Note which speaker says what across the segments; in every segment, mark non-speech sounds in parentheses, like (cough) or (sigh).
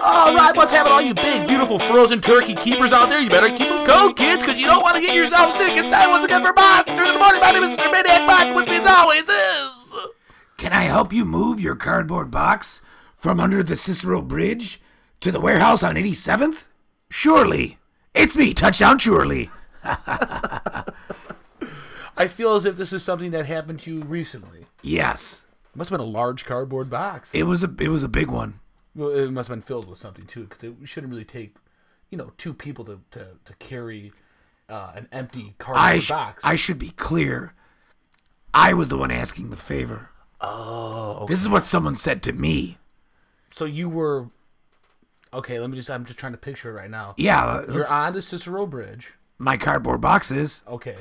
Speaker 1: All right, what's happening, all you big, beautiful frozen turkey keepers out there? You better keep them cold, kids, because you don't want to get yourself sick. It's time once again for Monsters in the Morning. My name is Mr. Maniac Mike. With me, as always, is.
Speaker 2: Can I help you move your cardboard box from under the Cicero Bridge to the warehouse on 87th? Surely. It's me, Touchdown Surely.
Speaker 1: I feel as if this is something that happened to you recently.
Speaker 2: Yes.
Speaker 1: It must have been a large cardboard box.
Speaker 2: It was a it was a big one.
Speaker 1: Well, it must have been filled with something too, because it shouldn't really take, you know, two people to to, to carry uh, an empty cardboard
Speaker 2: I sh-
Speaker 1: box.
Speaker 2: I should be clear. I was the one asking the favor. Oh. This is what someone said to me.
Speaker 1: so you were, okay. Let me just. I'm just trying to picture it right now.
Speaker 2: Yeah,
Speaker 1: You're
Speaker 2: that's-
Speaker 1: on the Cicero Bridge.
Speaker 2: my cardboard box is.
Speaker 1: Okay.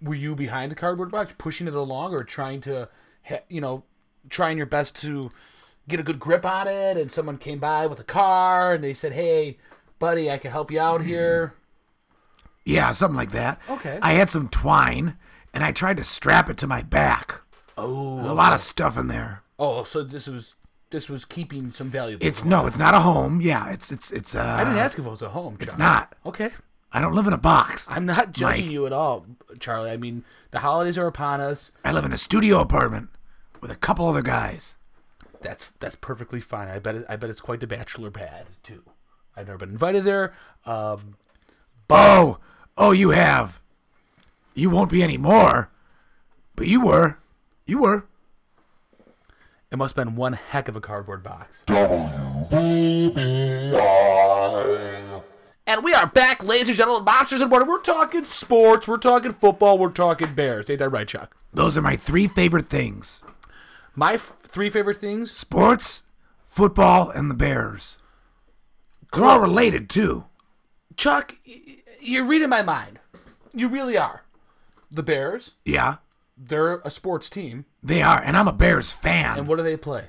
Speaker 1: Were you behind the cardboard box, pushing it along, or trying to, ha- you know, trying your best to get a good grip on it? And someone came by with a car, and they said, "Hey, buddy, I can help you out
Speaker 2: (clears throat)
Speaker 1: here."
Speaker 2: Yeah, something like that.
Speaker 1: Okay.
Speaker 2: I had some twine and I tried to strap it to my back.
Speaker 1: Oh,
Speaker 2: There's a lot of stuff in there.
Speaker 1: oh, so this was this was keeping some valuables.
Speaker 2: It's no, it's not a home. Yeah, it's it's it's uh
Speaker 1: I didn't ask if it was a home. Charlie.
Speaker 2: it's not.
Speaker 1: Okay,
Speaker 2: I don't live in a box.
Speaker 1: I'm not judging
Speaker 2: Mike.
Speaker 1: you at all, Charlie. I mean, the holidays are upon us.
Speaker 2: I live in a studio apartment with a couple other guys.
Speaker 1: That's that's perfectly fine. I bet it, I bet it's quite the bachelor pad too. I've never been invited there. Um,
Speaker 2: Oh, oh, you have. You won't be anymore. But you were. You were.
Speaker 1: It must have been one heck of a cardboard box. And we are back, ladies and gentlemen, monsters and water. We're talking sports, we're talking football, we're talking bears. Ain't that right, Chuck?
Speaker 2: Those are my three favorite things
Speaker 1: My f- three favorite things.
Speaker 2: sports, football, and the Bears. They're all related, too.
Speaker 1: Chuck, y- y- you're reading my mind. You really are. The Bears,
Speaker 2: Yeah,
Speaker 1: they're a sports team.
Speaker 2: they are. And I'm a Bears fan.
Speaker 1: And what do they play?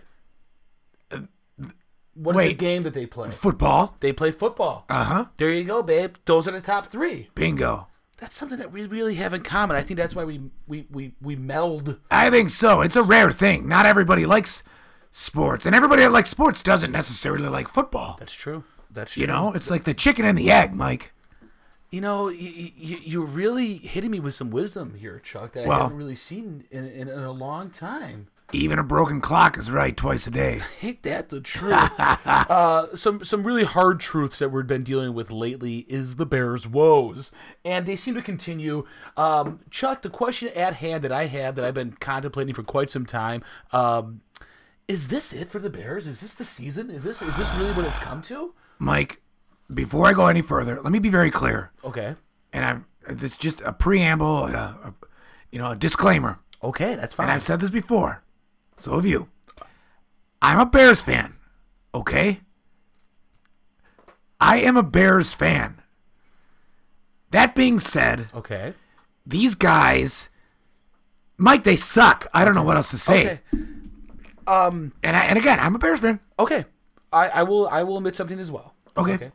Speaker 1: What is the
Speaker 2: wait.
Speaker 1: game that they play?
Speaker 2: football.
Speaker 1: They play football.
Speaker 2: Uh huh.
Speaker 1: There you go, babe. Those are the top three.
Speaker 2: Bingo.
Speaker 1: That's something that we really have in common. I think that's why we we we, we meld
Speaker 2: I think so. It's a rare thing. Not everybody likes sports. And everybody that likes sports doesn't necessarily like football.
Speaker 1: That's true. That's true.
Speaker 2: You know, it's like the chicken and the egg, Mike.
Speaker 1: you know, you, you, you're really hitting me with some wisdom here, Chuck, that I
Speaker 2: Well-
Speaker 1: haven't really seen in, in, in a long time.
Speaker 2: Even a broken clock is right twice a day.
Speaker 1: Ain't that the truth? (laughs) uh, some some really hard truths that we've been dealing with lately is the Bears' woes, and they seem to continue. Um, Chuck, the question at hand that I have that I've been contemplating for quite some time. Um, is this it for the Bears? Is this the season? Is this is this really what it's come to?
Speaker 2: Mike, before I go any further, let me be very clear.
Speaker 1: Okay,
Speaker 2: And I'm it's just a preamble, uh, a, you know, a disclaimer.
Speaker 1: okay, that's fine.
Speaker 2: And I've said this before. So have you. I'm a Bears fan. Okay? I am a Bears fan. That being said,
Speaker 1: Okay.
Speaker 2: these guys Mike, they suck. I don't know what else to say.
Speaker 1: Okay.
Speaker 2: And I, and again, I'm a Bears fan.
Speaker 1: Okay, I, I will I will admit something as well.
Speaker 2: Okay.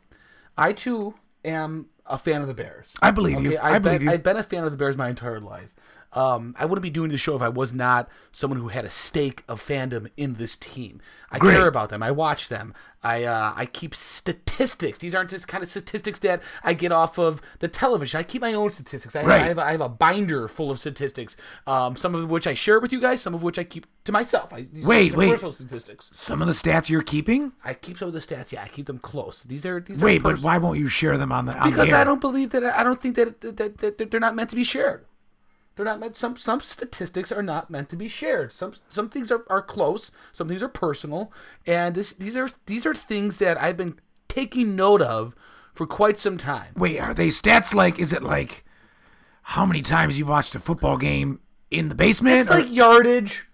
Speaker 1: I too am a fan of the Bears.
Speaker 2: I believe
Speaker 1: Okay,
Speaker 2: you.
Speaker 1: I've
Speaker 2: I, believe
Speaker 1: been,
Speaker 2: you.
Speaker 1: I've been a fan of the Bears my entire life. Um, I wouldn't be doing the show if I was not someone who had a stake of fandom in this team. I
Speaker 2: Great.
Speaker 1: care about them. I watch them. I uh, I keep statistics. These aren't just kind of statistics that I get off of the television. I keep my own statistics. I,
Speaker 2: Right.
Speaker 1: I, have, a- I have a binder full of statistics. Um, some of which I share with you guys. Some of which I keep to myself. I, these
Speaker 2: Wait,
Speaker 1: these are
Speaker 2: wait.
Speaker 1: Personal statistics.
Speaker 2: Some of the stats you're keeping?
Speaker 1: I keep some of the stats. Yeah, I keep them close. These are these.
Speaker 2: Wait,
Speaker 1: are
Speaker 2: but why won't you share them on the on
Speaker 1: because
Speaker 2: the air?
Speaker 1: I don't believe that. I don't think that, that, that, that they're not meant to be shared. They're not meant. Some some statistics are not meant to be shared. Some some things are, are close. Some things are personal. And this, these are these are things that I've been taking note of for quite some time.
Speaker 2: Wait, are they stats like? Is it like how many times you've watched a football game in the basement?
Speaker 1: It's
Speaker 2: Or-
Speaker 1: like yardage.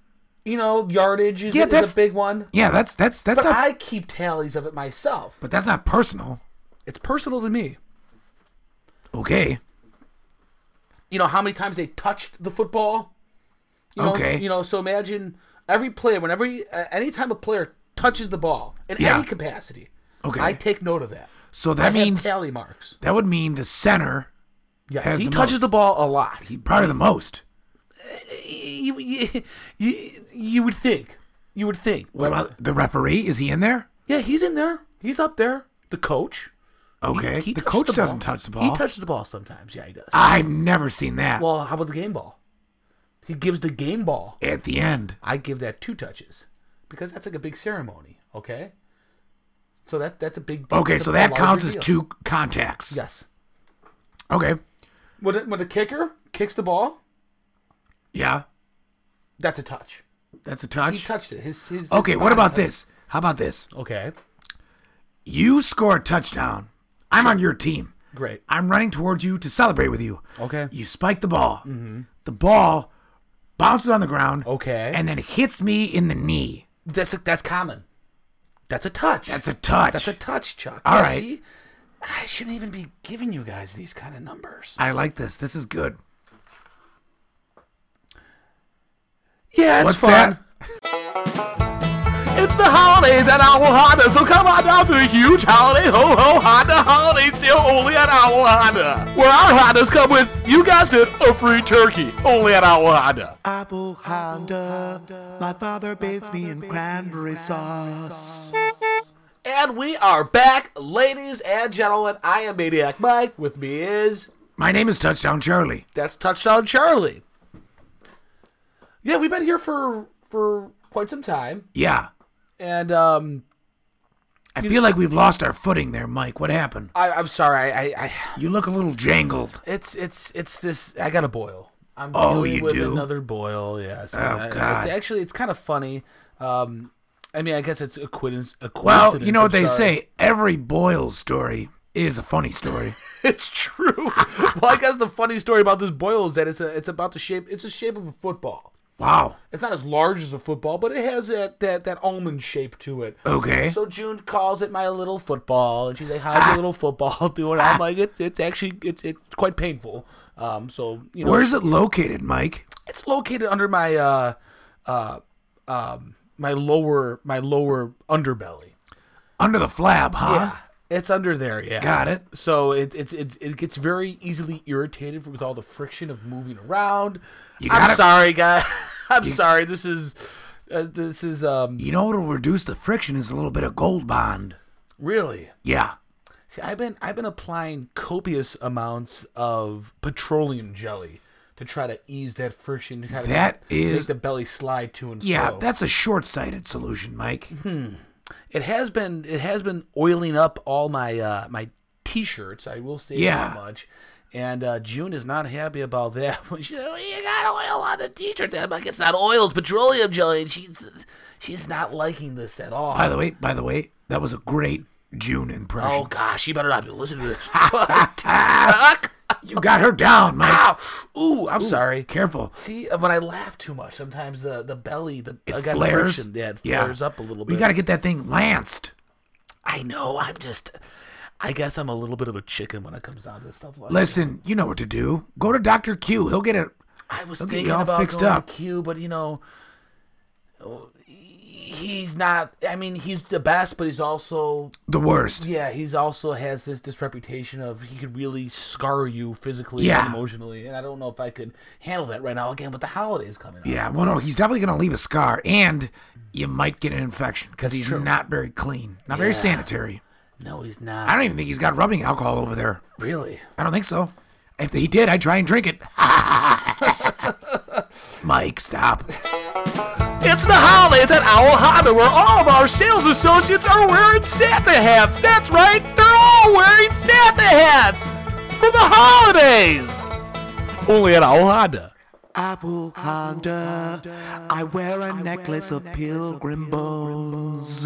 Speaker 1: You know, yardage is,
Speaker 2: Yeah,
Speaker 1: is
Speaker 2: that's-
Speaker 1: a big one.
Speaker 2: yeah, that's that's that's
Speaker 1: But
Speaker 2: not.
Speaker 1: I keep tallies of it myself.
Speaker 2: but that's not personal.
Speaker 1: It's personal to me.
Speaker 2: Okay,
Speaker 1: you know how many times they touched the football. You know,
Speaker 2: Okay.
Speaker 1: You know, so imagine every player, whenever you, uh, any time a player touches the ball in
Speaker 2: Yeah.
Speaker 1: any capacity,
Speaker 2: Okay.
Speaker 1: I take note of that.
Speaker 2: so that
Speaker 1: I have
Speaker 2: means
Speaker 1: tally marks.
Speaker 2: that would mean the center
Speaker 1: Yeah,
Speaker 2: has
Speaker 1: he
Speaker 2: the
Speaker 1: touches
Speaker 2: most.
Speaker 1: the ball a lot.
Speaker 2: he probably the most.
Speaker 1: You, you, you, you would think, you would think.
Speaker 2: What about the referee? Is he in there?
Speaker 1: Yeah, he's in there. He's up there. The coach.
Speaker 2: Okay.
Speaker 1: He
Speaker 2: the
Speaker 1: touched
Speaker 2: coach
Speaker 1: the
Speaker 2: doesn't
Speaker 1: ball.
Speaker 2: touch the ball.
Speaker 1: He touches the ball sometimes. Yeah, he does.
Speaker 2: I've never seen that.
Speaker 1: Well, how about the game ball? He gives the game ball.
Speaker 2: At the end.
Speaker 1: I give that two touches because that's like a big ceremony. Okay. So that that's a big.
Speaker 2: Okay,
Speaker 1: that's
Speaker 2: so
Speaker 1: a
Speaker 2: that
Speaker 1: larger
Speaker 2: counts as
Speaker 1: deal.
Speaker 2: two contacts.
Speaker 1: Yes.
Speaker 2: Okay.
Speaker 1: When a, when a kicker kicks the ball,
Speaker 2: Yeah.
Speaker 1: that's a touch.
Speaker 2: That's a
Speaker 1: He
Speaker 2: touch.
Speaker 1: touched it. His his. his
Speaker 2: Okay, what
Speaker 1: body
Speaker 2: about
Speaker 1: touched it.
Speaker 2: this? How about this?
Speaker 1: Okay.
Speaker 2: You score a touchdown. I'm on your team.
Speaker 1: Great.
Speaker 2: I'm running towards you to celebrate with you.
Speaker 1: Okay. Mm-hmm.
Speaker 2: You spike the ball. The ball bounces on the ground
Speaker 1: Okay.
Speaker 2: and then hits me in the knee.
Speaker 1: that's a, that's common. That's a touch.
Speaker 2: That's a touch.
Speaker 1: That's a touch, Chuck.
Speaker 2: All
Speaker 1: Yeah,
Speaker 2: right.
Speaker 1: see? I shouldn't even be giving you guys these kind of numbers.
Speaker 2: I like this. This is good.
Speaker 1: Yeah, it's
Speaker 2: What's
Speaker 1: fun.
Speaker 2: that?
Speaker 1: It's the holidays at Owl Honda, so come on down to the huge holiday ho ho Honda holiday sale only at Owl Honda, where our Hondas come with, you guessed it, a free turkey, only at Owl Honda.
Speaker 3: Apple Honda. My father bathes me in cranberry sauce.
Speaker 1: And we are back, ladies and gentlemen. I am Maniac Mike. With me is
Speaker 2: My name is Touchdown Charlie.
Speaker 1: that's Touchdown Charlie. Yeah, we've been here for for quite some time,
Speaker 2: Yeah.
Speaker 1: and um,
Speaker 2: I feel like we've lost our footing there, Mike. What happened?
Speaker 1: I, I'm sorry, I, I, I
Speaker 2: You look a little jangled.
Speaker 1: It's it's it's this. I got a boil. I'm
Speaker 2: Oh,
Speaker 1: dealing
Speaker 2: you
Speaker 1: with
Speaker 2: do?
Speaker 1: another boil. Yes. Oh
Speaker 2: God.
Speaker 1: It's actually, it's kind of funny. Um, I mean, I guess it's a coincidence. A
Speaker 2: Well,
Speaker 1: coincidence,
Speaker 2: you know what
Speaker 1: I'm
Speaker 2: they
Speaker 1: sorry.
Speaker 2: say every Boyle story is a funny story.
Speaker 1: (laughs) It's true. well, I guess the funny story about this boil is that it's a it's about the shape. It's the shape of a football.
Speaker 2: wow.
Speaker 1: It's not as large as a football, but it has that that, that almond shape to it.
Speaker 2: Okay.
Speaker 1: So June calls it my little football, and she's like, "How's
Speaker 2: Ah.
Speaker 1: your little football (laughs) doing?" I'm like, "It's it's actually it's it's quite painful." Um, so you know,
Speaker 2: Where's it located, Mike?
Speaker 1: It's located under my uh uh um my lower my lower underbelly. Uh,
Speaker 2: Under the flab, huh?
Speaker 1: It's under there, yeah.
Speaker 2: Got it.
Speaker 1: So it it's it, it gets very easily irritated with all the friction of moving around. I'm
Speaker 2: gotta-
Speaker 1: sorry, guys. (laughs) I'm sorry. This is uh, this is um
Speaker 2: You know what'll reduce the friction is a little bit of gold bond.
Speaker 1: really.
Speaker 2: Yeah.
Speaker 1: See, I've been I've been applying copious amounts of petroleum jelly to try to ease that friction. To kind of
Speaker 2: That
Speaker 1: make,
Speaker 2: is-
Speaker 1: make the belly slide to and
Speaker 2: Yeah,
Speaker 1: fro.
Speaker 2: that's a short sighted solution, Mike.
Speaker 1: Mm-hmm. it has been it has been oiling up all my uh my t-shirts i will say
Speaker 2: Yeah.
Speaker 1: that much and uh, June is not happy about that. (laughs) She's like, you got oil on the t-shirt. I'm like, it's not oil, it's petroleum jelly. And she's she's not liking this at all.
Speaker 2: By the way, by the way, that was a great June
Speaker 1: oh
Speaker 2: impression.
Speaker 1: gosh, you better not be listening to this.
Speaker 2: (laughs)
Speaker 1: Fuck.
Speaker 2: You got her down, Mike.
Speaker 1: Oh. Ow. Ooh, I'm sorry.
Speaker 2: Careful.
Speaker 1: See, when I laugh too much, sometimes the the belly, the
Speaker 2: It
Speaker 1: I got
Speaker 2: flares.
Speaker 1: friction. Yeah, it flares up a little bit.
Speaker 2: You got to get that thing lanced.
Speaker 1: I know. I'm just. I guess I'm a little bit of a chicken when it comes down to stuff like
Speaker 2: Listen, you know what to do. Go to Dr. Q. He'll get it.
Speaker 1: I was
Speaker 2: get
Speaker 1: thinking
Speaker 2: y'all
Speaker 1: about
Speaker 2: fixed
Speaker 1: going
Speaker 2: up.
Speaker 1: to Q, but you know, oh, he's not. I mean, he's the best, but he's also
Speaker 2: The worst.
Speaker 1: yeah, he's also has this this reputation of he could really scar you physically
Speaker 2: Yeah.
Speaker 1: and emotionally, and I don't know if I could handle that right now. Again, with the holidays coming up,
Speaker 2: Yeah, well, no, he's definitely going to leave a scar, and you might get an infection because he's not very clean, not very sanitary.
Speaker 1: no, he's
Speaker 2: I
Speaker 1: not
Speaker 2: don't even think he's got rubbing alcohol over there.
Speaker 1: really.
Speaker 2: I don't think so. If he did, I'd try and drink it. (laughs) Mike, stop.
Speaker 1: It's the holidays at Owl Honda where all of our sales associates are wearing Santa hats. That's right, they're all wearing Santa hats for the holidays. Only at Owl Honda.
Speaker 3: Apple Honda. I wear a necklace of pilgrim bones.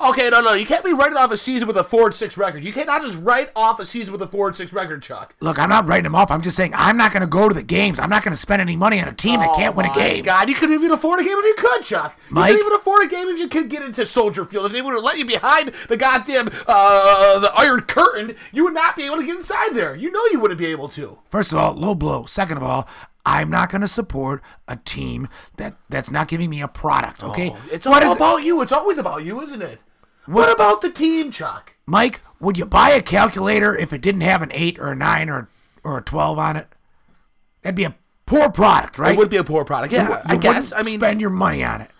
Speaker 1: Okay, no, no, you can't be writing off a season with a four and six record. You cannot just write off a season with a four and six record, Chuck.
Speaker 2: Look, I'm not writing him off. I'm just saying I'm not going to go to the games. I'm not going to spend any money on a team that can't win a
Speaker 1: Oh My
Speaker 2: game.
Speaker 1: God, you couldn't even afford a game if you could, Chuck.
Speaker 2: Mike?
Speaker 1: You couldn't even afford a game if you could get into Soldier Field. If they would have let you behind the goddamn uh, the Iron Curtain, you would not be able to get inside there. You know you wouldn't be able to.
Speaker 2: First of all, low blow. Second of all, I'm not going to support a team that that's not giving me a product. Okay,
Speaker 1: Oh, It's
Speaker 2: What
Speaker 1: all
Speaker 2: is-
Speaker 1: about you. It's always about you, isn't it? What, about the team, Chuck?
Speaker 2: Mike? Would you buy a calculator if it didn't have an eight or a nine or or a twelve on it? That'd be a poor product, right?
Speaker 1: be a poor product. Yeah,
Speaker 2: You wou- you wouldn't spend your money on it.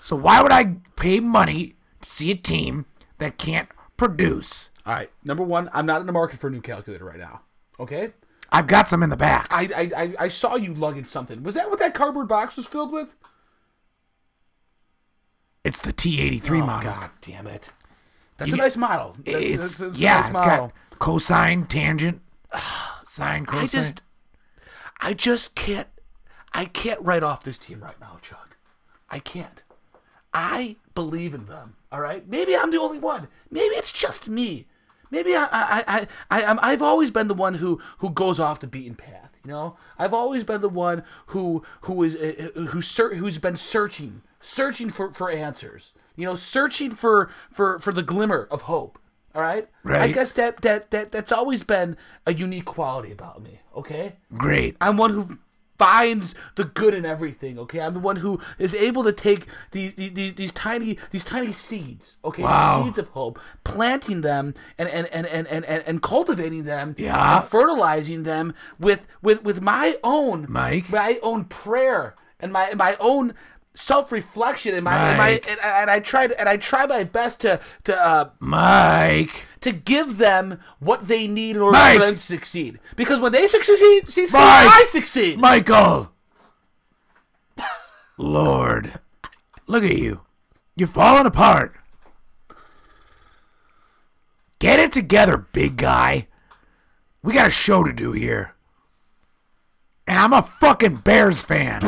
Speaker 2: So why would I pay money to see a team that can't produce.
Speaker 1: All right. Number one, I'm not in the market for a new calculator right now. Okay.
Speaker 2: I've got some in the back.
Speaker 1: I I, I, I saw you lugging something. Was that what that cardboard box was filled with?
Speaker 2: It's the T83 model.
Speaker 1: Oh, God damn it. That's a nice model. That's,
Speaker 2: It's,
Speaker 1: that's- that's a
Speaker 2: yeah,
Speaker 1: nice
Speaker 2: it's
Speaker 1: model.
Speaker 2: got cosine, tangent, sine, cosine.
Speaker 1: I just, I just can't, I can't write off this team right now, Chuck. I can't. I believe in them. All right. Maybe I'm the only one. Maybe it's just me. Maybe I, I, I, I, I'm, I've always been the one who, who goes off the beaten path. You know, I've always been the one who, who is, uh, uh, who ser- who's been searching, searching for, for answers. You know, searching for, for, for the glimmer of hope. All right. I
Speaker 2: Right.
Speaker 1: guess that, that that that's always been a unique quality about me. Okay.
Speaker 2: Great.
Speaker 1: I'm one who finds the good in everything. Okay, I'm the one who is able to take these these, these tiny these tiny seeds. Okay, these
Speaker 2: Wow.
Speaker 1: seeds of hope, planting them and and and and and, and, and cultivating them.
Speaker 2: Yeah.
Speaker 1: and fertilizing them with with with my own
Speaker 2: Mike?
Speaker 1: my own prayer and my and my own. Self reflection and my, and, my
Speaker 2: Mike.
Speaker 1: and, I- and I tried and I try my best to to uh,
Speaker 2: Mike.
Speaker 1: to give them what they need in order
Speaker 2: Mike!
Speaker 1: for them to succeed. Because when they succeed, succeed
Speaker 2: Mike!
Speaker 1: I succeed.
Speaker 2: Michael. Lord. Look at you. You're falling apart. Get it together, big guy. We got a show to do here. And I'm a fucking Bears fan.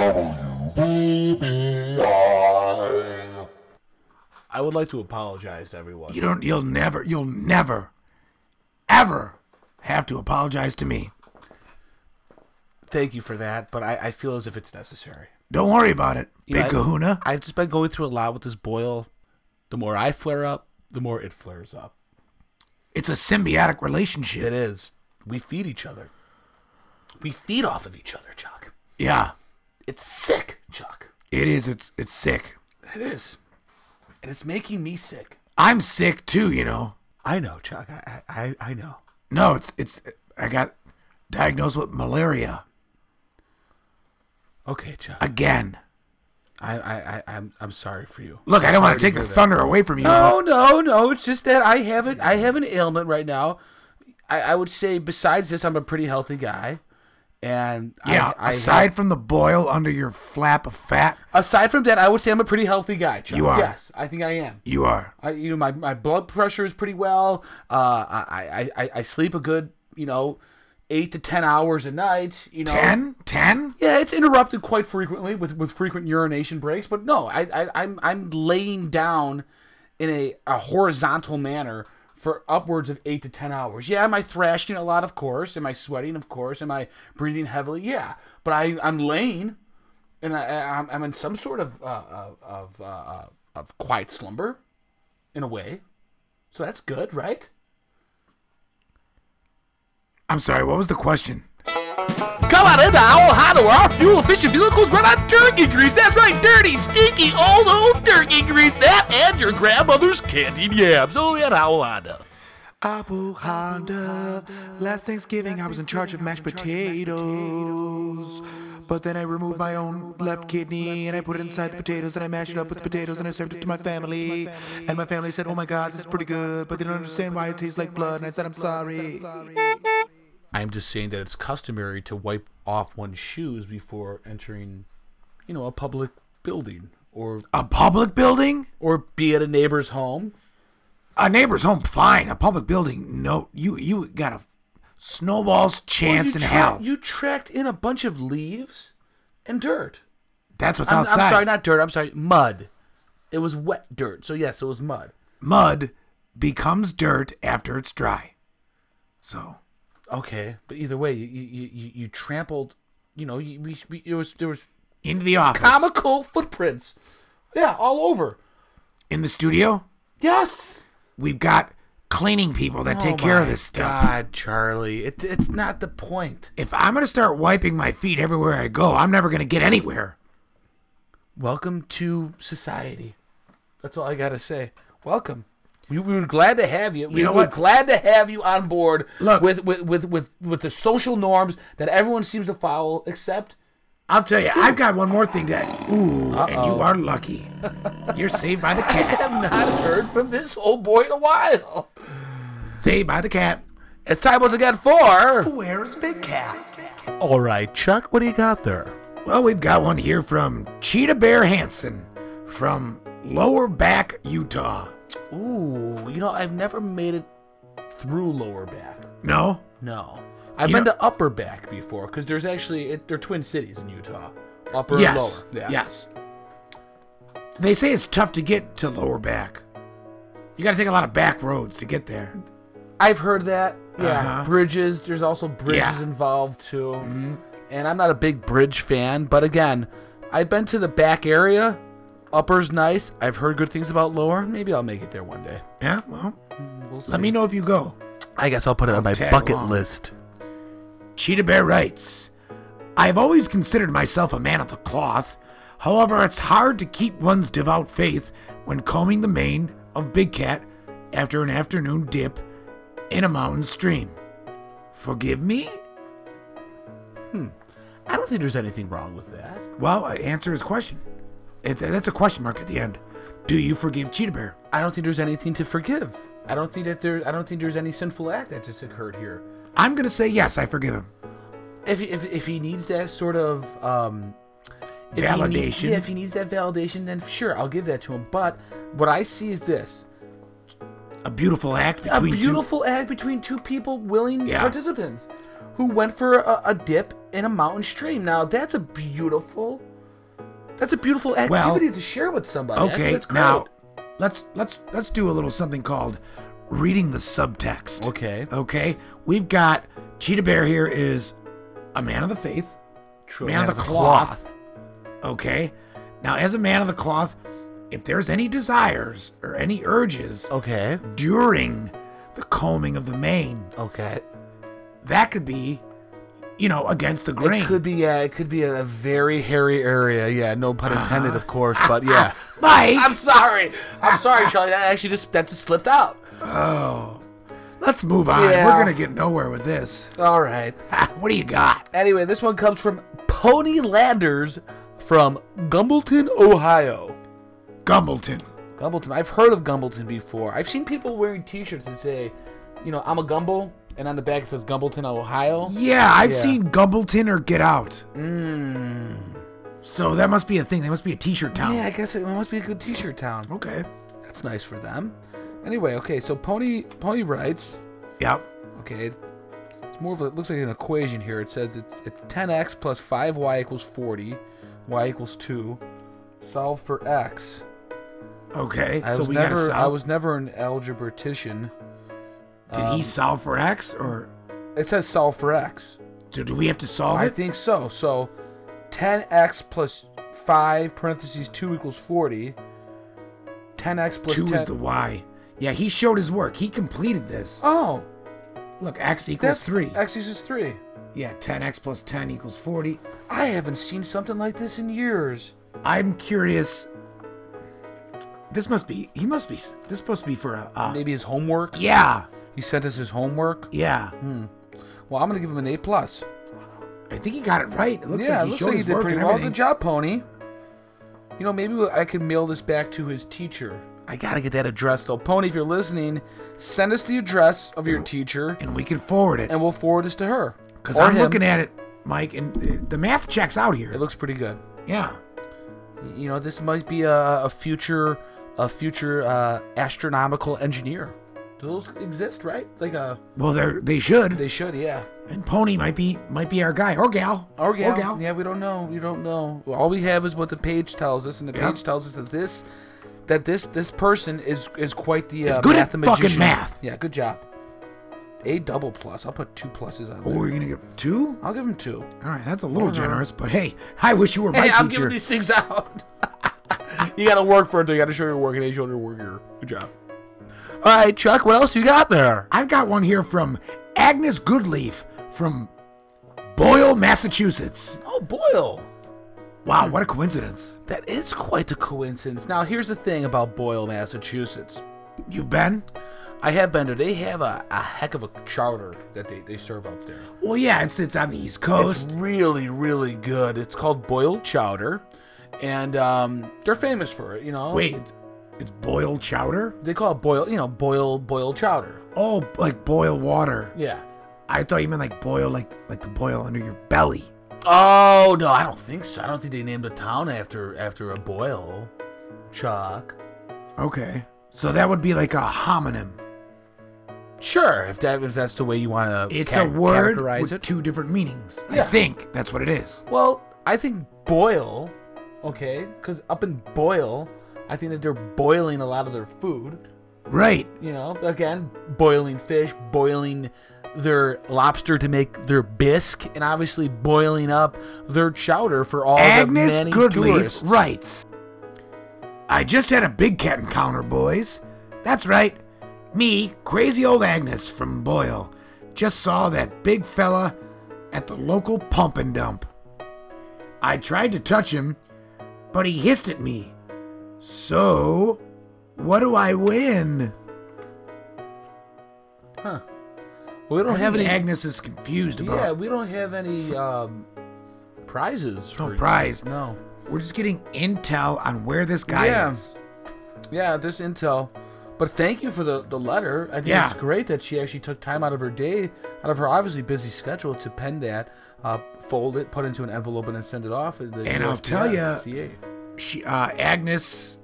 Speaker 1: I would like to apologize to everyone.
Speaker 2: You don't you'll never you'll never ever have to apologize to me.
Speaker 1: Thank you for that, but I, I feel as if it's necessary.
Speaker 2: Don't worry about it,
Speaker 1: You
Speaker 2: Big
Speaker 1: know, I-
Speaker 2: Kahuna.
Speaker 1: I've just been going through a lot with this boil. The more I flare up, the more it flares up.
Speaker 2: It's a symbiotic relationship.
Speaker 1: It is. We feed each other. We feed off of each other, Chuck.
Speaker 2: Yeah.
Speaker 1: It's sick, Chuck.
Speaker 2: It is. It's it's sick.
Speaker 1: It is. And it's making me sick.
Speaker 2: I'm sick too, you know.
Speaker 1: I know, Chuck. I I, I know.
Speaker 2: No, it's it's I got diagnosed with malaria
Speaker 1: Okay, Chuck.
Speaker 2: again.
Speaker 1: I, I, I I'm I'm sorry for you.
Speaker 2: Look, I don't want to take the thunder away from you.
Speaker 1: No, no, no. It's just that I have it. I have an ailment right now. I, I would say besides this, I'm a pretty healthy guy, and I-
Speaker 2: yeah,
Speaker 1: I,
Speaker 2: aside
Speaker 1: have-
Speaker 2: from the boil under your flap of fat,
Speaker 1: aside from that, I would say I'm a pretty healthy guy. Chuck.
Speaker 2: You are.
Speaker 1: Yes, I think I am.
Speaker 2: you are.
Speaker 1: I, you know, my, my blood pressure is pretty well. Uh, I, I, I, I sleep a good, you know, eight to ten hours a night. You know,
Speaker 2: 10? 10?
Speaker 1: Yeah, it's interrupted quite frequently with, with frequent urination breaks, but no, I, I I'm I'm laying down in a, a horizontal manner for upwards of eight to ten hours. Yeah, am I thrashing a lot? Of course. Am I sweating? Of course. Am I breathing heavily? Yeah, but I I'm laying, and I, I I'm, I'm in some sort of uh, of of, uh, uh, of quiet slumber, in a way. So that's good, right?
Speaker 2: I'm sorry, what was the question?
Speaker 1: Come on in now. How do our fuel efficient vehicles run on turkey grease? That's right, dirty, stinky, old, old turkey grease. That and your grandmother's candied yams. Oh, yeah, Owl Honda.
Speaker 3: Abu Honda. Last Thanksgiving, I was in charge of mashed potatoes. But then I removed my own left kidney and I put it inside the potatoes and I mashed it up with the potatoes and I served it to my family. And my family said, Oh my god, this is pretty good, but they don't understand why it tastes like blood. And I said, I'm sorry.
Speaker 1: I'm just saying that it's customary to wipe off one's shoes before entering, you know, a public building or
Speaker 2: A public building?
Speaker 1: or be at a neighbor's home.
Speaker 2: A neighbor's home, fine. A public building, no. You you got a snowball's chance
Speaker 1: you,
Speaker 2: in
Speaker 1: tra-
Speaker 2: hell.
Speaker 1: you tracked in a bunch of leaves and dirt.
Speaker 2: That's what's
Speaker 1: I'm, I'm
Speaker 2: outside.
Speaker 1: sorry, not dirt. I'm sorry, mud. It was wet dirt. So yes, it was mud.
Speaker 2: Mud becomes dirt after it's dry. So
Speaker 1: Okay, but either way, you you, you, you trampled. You know, you, we, we it was there was
Speaker 2: into the office,
Speaker 1: comical footprints. Yeah, all over.
Speaker 2: in the studio,
Speaker 1: Yes.
Speaker 2: we've got cleaning people that take
Speaker 1: Oh
Speaker 2: care of
Speaker 1: my
Speaker 2: this stuff.
Speaker 1: God, Charlie, it, it's not the point.
Speaker 2: If I'm gonna start wiping my feet everywhere I go, I'm never gonna get anywhere.
Speaker 1: Welcome to society. That's all I gotta say. Welcome. We, we were glad to have you. We
Speaker 2: know
Speaker 1: were
Speaker 2: what?
Speaker 1: glad to have you on board
Speaker 2: Look.
Speaker 1: with, with, with, with, with the social norms that everyone seems to follow, except
Speaker 2: I'll tell you, I've got one more thing to. Ooh, and you are lucky. You're saved by
Speaker 1: (laughs)
Speaker 2: the cat.
Speaker 1: have not heard from this old boy in a while.
Speaker 2: Saved by the cat.
Speaker 1: It's time once again for.
Speaker 3: Where's Big Cat?
Speaker 1: All right, Chuck, what do you got there?
Speaker 2: Well, we've got one here from Cheetah Bear Hansen from Lower Back, Utah.
Speaker 1: Ooh, you know, I've never made it through lower back.
Speaker 2: No?
Speaker 1: No. I've
Speaker 2: You
Speaker 1: been
Speaker 2: know-
Speaker 1: to upper back before because there's actually, it, they're twin cities in Utah. Upper and
Speaker 2: yes.
Speaker 1: lower. Yeah.
Speaker 2: Yes. They say it's tough to get to Lower Back. You got to take a lot of back roads to get there.
Speaker 1: I've heard that. Yeah.
Speaker 2: Uh-huh.
Speaker 1: Bridges. There's also bridges
Speaker 2: Yeah.
Speaker 1: involved too. And I'm not a big bridge fan, but again, I've been to the back area. Upper's nice. I've heard good things about lower. Maybe I'll make it there one day.
Speaker 2: Yeah, well,
Speaker 1: We'll see.
Speaker 2: let me know if you go.
Speaker 1: I guess I'll put it on my
Speaker 2: tag along.
Speaker 1: list.
Speaker 2: Cheetah Bear writes I have always considered myself a man of the cloth. However, it's hard to keep one's devout faith when combing the mane of Big Cat after an afternoon dip in a mountain stream. Forgive me?
Speaker 1: I don't think there's anything wrong with that.
Speaker 2: Well, I answer his question. It, that's a question mark at the end. Do you forgive Cheetah Bear?
Speaker 1: I don't think there's anything to forgive. I don't think that there. I don't think there's any sinful act that just occurred here.
Speaker 2: I'm going to say yes, I forgive him.
Speaker 1: If if, if he needs that sort of um, if he need-
Speaker 2: Validation.
Speaker 1: yeah, if he needs that validation, then sure, I'll give that to him. But what I see is this:
Speaker 2: A beautiful act
Speaker 1: a
Speaker 2: between two.
Speaker 1: beautiful act between two people, willing
Speaker 2: Yeah.
Speaker 1: participants, who went for a, a dip in a mountain stream. Now that's a beautiful, that's a beautiful
Speaker 2: Well,
Speaker 1: activity to share with somebody. I think
Speaker 2: Okay,
Speaker 1: that's great.
Speaker 2: now let's let's let's do a little something called reading the subtext.
Speaker 1: Okay.
Speaker 2: Okay, we've got Cheetah Bear here is a man of the faith,
Speaker 1: True.
Speaker 2: man, of the, cloth. Okay, now as a man of the cloth, if there's any desires or any urges
Speaker 1: Okay.
Speaker 2: during the combing of the mane,
Speaker 1: Okay.
Speaker 2: that could be, you know, against the grain.
Speaker 1: It could be yeah, it could be a very hairy area. Yeah, no pun intended, of course, but (laughs) yeah.
Speaker 2: Mike,
Speaker 1: I'm sorry. I'm sorry, Charlie. That actually just that just slipped out.
Speaker 2: let's move on.
Speaker 1: Yeah.
Speaker 2: We're gonna get nowhere with this. (laughs)
Speaker 1: All right.
Speaker 2: what do you got?
Speaker 1: Anyway, this one comes from Pony Landers from Gumbleton, Ohio.
Speaker 2: Gumbleton.
Speaker 1: Gumbleton. I've heard of Gumbleton before. I've seen people wearing T-shirts that say, you know, I'm a Gumble, and on the back it says Gumbleton, Ohio.
Speaker 2: Yeah, I've
Speaker 1: Yeah. Hmm.
Speaker 2: seen Gumbleton or Get Out. Mm. So that must be a thing. That must be a T-shirt town.
Speaker 1: Yeah, I guess it must be a good T-shirt town.
Speaker 2: Okay.
Speaker 1: That's nice for them. Anyway, okay, so Pony Pony writes.
Speaker 2: Yep.
Speaker 1: Okay, it's, it's more of a, it looks like an equation here. It says it's it's 10x plus 5y equals 40, y equals 2. Solve for x.
Speaker 2: Okay.
Speaker 1: I
Speaker 2: so
Speaker 1: was
Speaker 2: we got to
Speaker 1: never
Speaker 2: solve.
Speaker 1: I was never an algebratician.
Speaker 2: Did
Speaker 1: um,
Speaker 2: he solve for X or
Speaker 1: It says solve for x.
Speaker 2: do, do we have to solve
Speaker 1: I
Speaker 2: it?
Speaker 1: think so. So 10x plus 5 parentheses 2 equals 40. 10x plus
Speaker 2: Two
Speaker 1: 10.
Speaker 2: is the Y. Yeah, he showed his work. He completed this.
Speaker 1: oh,
Speaker 2: Look, X equals
Speaker 1: that's
Speaker 2: three.
Speaker 1: X equals 3.
Speaker 2: yeah, 10X plus 10 equals 40.
Speaker 1: I haven't seen something like this in years.
Speaker 2: I'm curious. This must be. He must be. This must be for a. Uh,
Speaker 1: Maybe his homework.
Speaker 2: yeah.
Speaker 1: He sent us his homework.
Speaker 2: Yeah.
Speaker 1: Well, I'm gonna give him an A plus.
Speaker 2: I think he got it right. It looks
Speaker 1: yeah,
Speaker 2: like
Speaker 1: it
Speaker 2: he
Speaker 1: looks
Speaker 2: showed
Speaker 1: like he
Speaker 2: his
Speaker 1: did
Speaker 2: work
Speaker 1: pretty
Speaker 2: and
Speaker 1: well.
Speaker 2: everything.
Speaker 1: Good job, Pony. You know, maybe I can mail this back to his teacher. I gotta get that address though, Pony. If you're listening, send us the address of your teacher,
Speaker 2: and we can forward it.
Speaker 1: and we'll forward this to her.
Speaker 2: Because
Speaker 1: Or
Speaker 2: I'm
Speaker 1: him.
Speaker 2: looking at it, Mike, and uh, the math checks out here.
Speaker 1: It looks pretty good.
Speaker 2: yeah.
Speaker 1: You know, this might be a, a future, a future uh, astronomical engineer. Do those exist, right? Like a,
Speaker 2: Well, they they should.
Speaker 1: they should, yeah.
Speaker 2: And Pony might be might be our guy or gal.
Speaker 1: Or gal. Yeah, we don't know. We don't know. All we have is what the page tells us, and the
Speaker 2: Yeah.
Speaker 1: page tells us that this that this this person is is quite the uh,
Speaker 2: good at fucking
Speaker 1: mathematician.
Speaker 2: math.
Speaker 1: Yeah, good job. A double plus. I'll put two pluses on.
Speaker 2: Oh,
Speaker 1: There.
Speaker 2: we're gonna get two.
Speaker 1: I'll give him two.
Speaker 2: All right, that's a little generous, but hey, I wish you were my
Speaker 1: hey, I'm
Speaker 2: teacher.
Speaker 1: giving these things out. (laughs) you gotta work for it. though. You gotta show your work, and you show your work here. Good job. All right, Chuck. What else you got there?
Speaker 2: I've got one here from Agnes Goodleaf from Boyle, Massachusetts.
Speaker 1: Oh, Boyle.
Speaker 2: Wow, what a coincidence!
Speaker 1: That is quite a coincidence. Now, here's the thing about Boyle, Massachusetts.
Speaker 2: You've been
Speaker 1: I have been there. They have a, a heck of a chowder that they, they serve up there.
Speaker 2: Well, yeah, it's it's on the East Coast.
Speaker 1: Oh, It's really, really good. It's called boiled chowder, and um, they're famous for it. You know,
Speaker 2: Wait, it's boiled chowder?
Speaker 1: they call it boil. You know, boiled boiled chowder.
Speaker 2: Oh, like boil water.
Speaker 1: Yeah.
Speaker 2: I thought you meant like boil, like like the boil under your belly.
Speaker 1: Oh no, I don't think so. I don't think they named a town after after a boil, Chuck.
Speaker 2: Okay. So that would be like a homonym.
Speaker 1: Sure, if that if that's the way you want to
Speaker 2: It's a word
Speaker 1: categorize
Speaker 2: with
Speaker 1: it.
Speaker 2: two different meanings. I
Speaker 1: Yeah.
Speaker 2: think that's what it is.
Speaker 1: Well, I think boil, okay, because up in boil, I think that they're boiling a lot of their food.
Speaker 2: Right.
Speaker 1: You know, again, boiling fish, boiling their lobster to make their bisque, and obviously boiling up their chowder for all the
Speaker 2: Agnes
Speaker 1: many
Speaker 2: Goodleaf
Speaker 1: tourists.
Speaker 2: writes I just had a big cat encounter, boys. That's right. Me, crazy old Agnes from Boyle, just saw that big fella at the local pump and dump. I tried to touch him, but he hissed at me. So, what do I win?
Speaker 1: Well, we don't
Speaker 2: I
Speaker 1: have
Speaker 2: think
Speaker 1: any.
Speaker 2: Agnes is confused about.
Speaker 1: yeah, we don't have any um, prizes.
Speaker 2: No
Speaker 1: for-
Speaker 2: prize.
Speaker 1: No.
Speaker 2: We're just getting intel on where this guy
Speaker 1: Yeah.
Speaker 2: is.
Speaker 1: Yeah, there's intel. But thank you for the, the letter. I think
Speaker 2: Yeah.
Speaker 1: it's great that she actually took time out of her day, out of her obviously busy schedule, to pen that, uh, fold it, put it into an envelope, and then send it off. at The
Speaker 2: And I'll tell ya-
Speaker 1: USPSCA.
Speaker 2: she uh, Agnes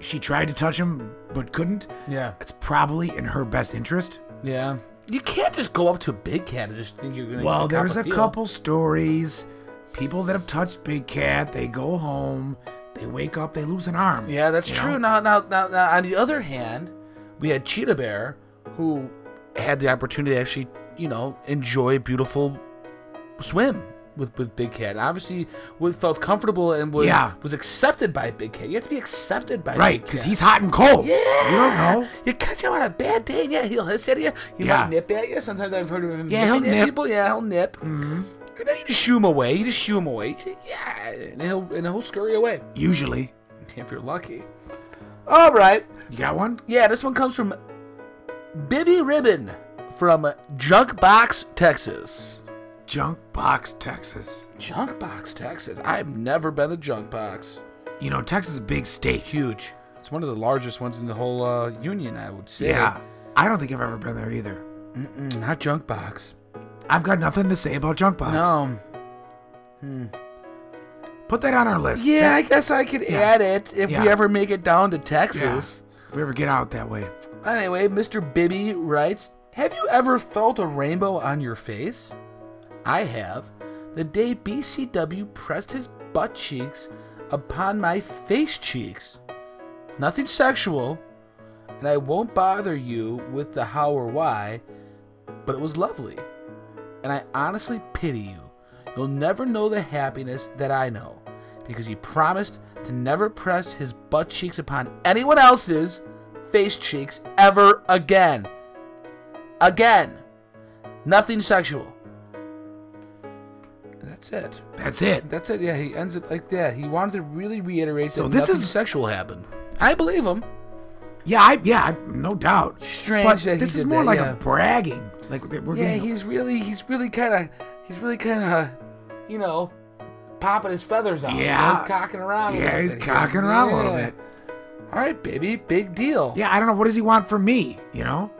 Speaker 2: she tried to touch him but couldn't.
Speaker 1: Yeah.
Speaker 2: It's probably in her best interest.
Speaker 1: Yeah. You can't just go up to a big cat and just think you're going to
Speaker 2: Well, there's a couple stories. People that have touched Big Cat, they go home, they wake up, they lose an arm.
Speaker 1: Yeah, that's
Speaker 2: you know?
Speaker 1: true. Now, now, now, now, on the other hand, we had Cheetah Bear, who had the opportunity to actually, you know, enjoy a beautiful swim with with Big Cat. Obviously, was, felt comfortable and was
Speaker 2: Yeah.
Speaker 1: was accepted by Big Cat. You have to be accepted by
Speaker 2: Right,
Speaker 1: Big
Speaker 2: because
Speaker 1: Cat.
Speaker 2: he's hot and cold.
Speaker 1: yeah.
Speaker 2: You don't know.
Speaker 1: You catch him on a bad day, and yeah, he'll hiss at you. He
Speaker 2: Yeah.
Speaker 1: might nip at you. Sometimes I've heard of him.
Speaker 2: Yeah, he'll
Speaker 1: nipping at
Speaker 2: nip.
Speaker 1: People. Yeah, he'll nip. Mm-hmm. And then you just shoo him away. You just shoo him away. You say, Yeah, and he'll and he'll scurry away
Speaker 2: Usually.
Speaker 1: if you're lucky. All right.
Speaker 2: You got one?
Speaker 1: Yeah, this one comes from Bibby Ribbon from Junkbox, Texas.
Speaker 2: Junk box, Texas.
Speaker 1: Junkbox, Texas. I've never been to Junkbox.
Speaker 2: You know, Texas is a big state.
Speaker 1: Huge. It's one of the largest ones in the whole uh, union, I would say.
Speaker 2: Yeah. I don't think I've ever been there either.
Speaker 1: Mm, Not Junkbox.
Speaker 2: I've got nothing to say about junk box.
Speaker 1: No.
Speaker 2: Put that on our list.
Speaker 1: Yeah, I
Speaker 2: That-
Speaker 1: guess I could add it if we
Speaker 2: Yeah.
Speaker 1: ever make it down to
Speaker 2: yeah.
Speaker 1: Texas.
Speaker 2: If we ever get out that way.
Speaker 1: Anyway, Mr. Bibby writes Have you ever felt a rainbow on your face? I have. The day BCW pressed his butt cheeks upon my face cheeks. Nothing sexual, and I won't bother you with the how or why, but it was lovely. And I honestly pity you. You'll never know the happiness that I know, because he promised to never press his butt cheeks upon anyone else's face cheeks ever again. Again. Nothing sexual. That's it.
Speaker 2: That's it.
Speaker 1: That's it. Yeah, he ends it like that. He wanted to really reiterate
Speaker 2: So
Speaker 1: that
Speaker 2: this
Speaker 1: nothing
Speaker 2: is-
Speaker 1: sexual happened. I believe him.
Speaker 2: Yeah, I, yeah, I, no doubt.
Speaker 1: Strange
Speaker 2: but
Speaker 1: that he
Speaker 2: this is
Speaker 1: did
Speaker 2: more
Speaker 1: that,
Speaker 2: like
Speaker 1: yeah.
Speaker 2: a bragging. Like that we're
Speaker 1: yeah,
Speaker 2: getting.
Speaker 1: he's really, he's really kind of, he's really kind of, you know, popping his feathers out. You know,
Speaker 2: Yeah.
Speaker 1: he's cocking around. a
Speaker 2: yeah,
Speaker 1: little
Speaker 2: he's
Speaker 1: bit here.
Speaker 2: cocking around a little
Speaker 1: Yeah.
Speaker 2: bit.
Speaker 1: All right, baby, big deal.
Speaker 2: Yeah, I don't know. What does he want from me? You know?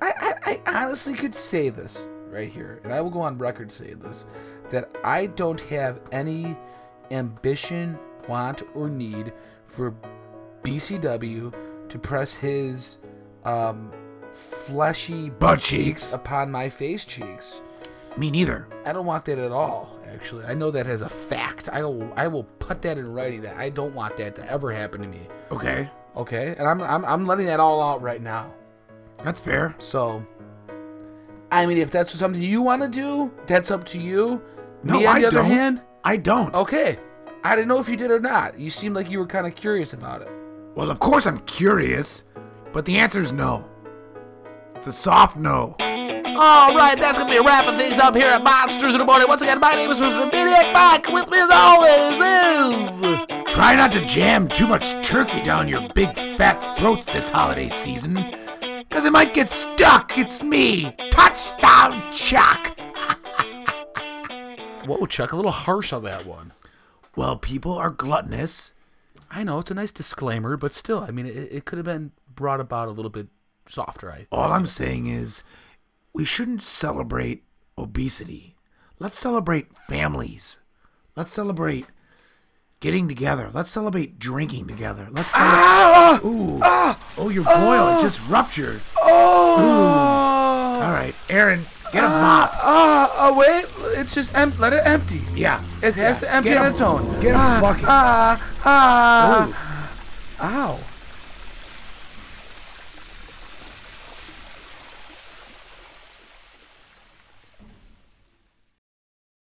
Speaker 1: I, I, I honestly could say this right here, and I will go on record saying this, that I don't have any ambition, want, or need for BCW to press his um, fleshy
Speaker 2: Butt cheeks.
Speaker 1: upon my face cheeks.
Speaker 2: Me neither.
Speaker 1: I don't want that at all. Actually, I know that as a fact. I will, I will put that in writing that I don't want that to ever happen to me.
Speaker 2: Okay,
Speaker 1: Okay, and I'm, I'm, I'm letting that all out right now.
Speaker 2: that's fair.
Speaker 1: So, I mean, if that's something you want to do, that's up to you.
Speaker 2: No,
Speaker 1: Me, on
Speaker 2: I
Speaker 1: the other
Speaker 2: don't.
Speaker 1: hand, Oh.
Speaker 2: I don't.
Speaker 1: okay. I didn't know if you did or not. You seemed like you were kind of curious about it.
Speaker 2: Well, of course I'm curious, but the answer is no. It's a soft no.
Speaker 1: All right, that's gonna be wrapping things up here at Monsters in the Morning. Once again, my name is Mr. Maniac Mike. With me as always is.
Speaker 2: Try not to jam too much turkey down your big fat throats this holiday season. because it might get stuck. It's me, Touchdown Chuck.
Speaker 1: Whoa, Chuck, a little harsh on that one.
Speaker 2: Well, people are gluttonous.
Speaker 1: I know it's a nice disclaimer, but still, I mean, it, it could have been brought about a little bit softer. I
Speaker 2: All I'm saying is we shouldn't celebrate obesity. Let's celebrate families. Let's celebrate getting together. Let's celebrate drinking together. Let's celebrate.
Speaker 1: Ah!
Speaker 2: Ooh. oh, your boil. It just ruptured.
Speaker 1: oh,
Speaker 2: All right, Aaron, get a mop.
Speaker 1: ah, oh, wait, it's just em- let it empty.
Speaker 2: Yeah.
Speaker 1: It has to empty
Speaker 2: Get
Speaker 1: on
Speaker 2: a-
Speaker 1: its own.
Speaker 2: Get a bucket.
Speaker 1: Ah, ah,
Speaker 2: Ooh.
Speaker 1: ow.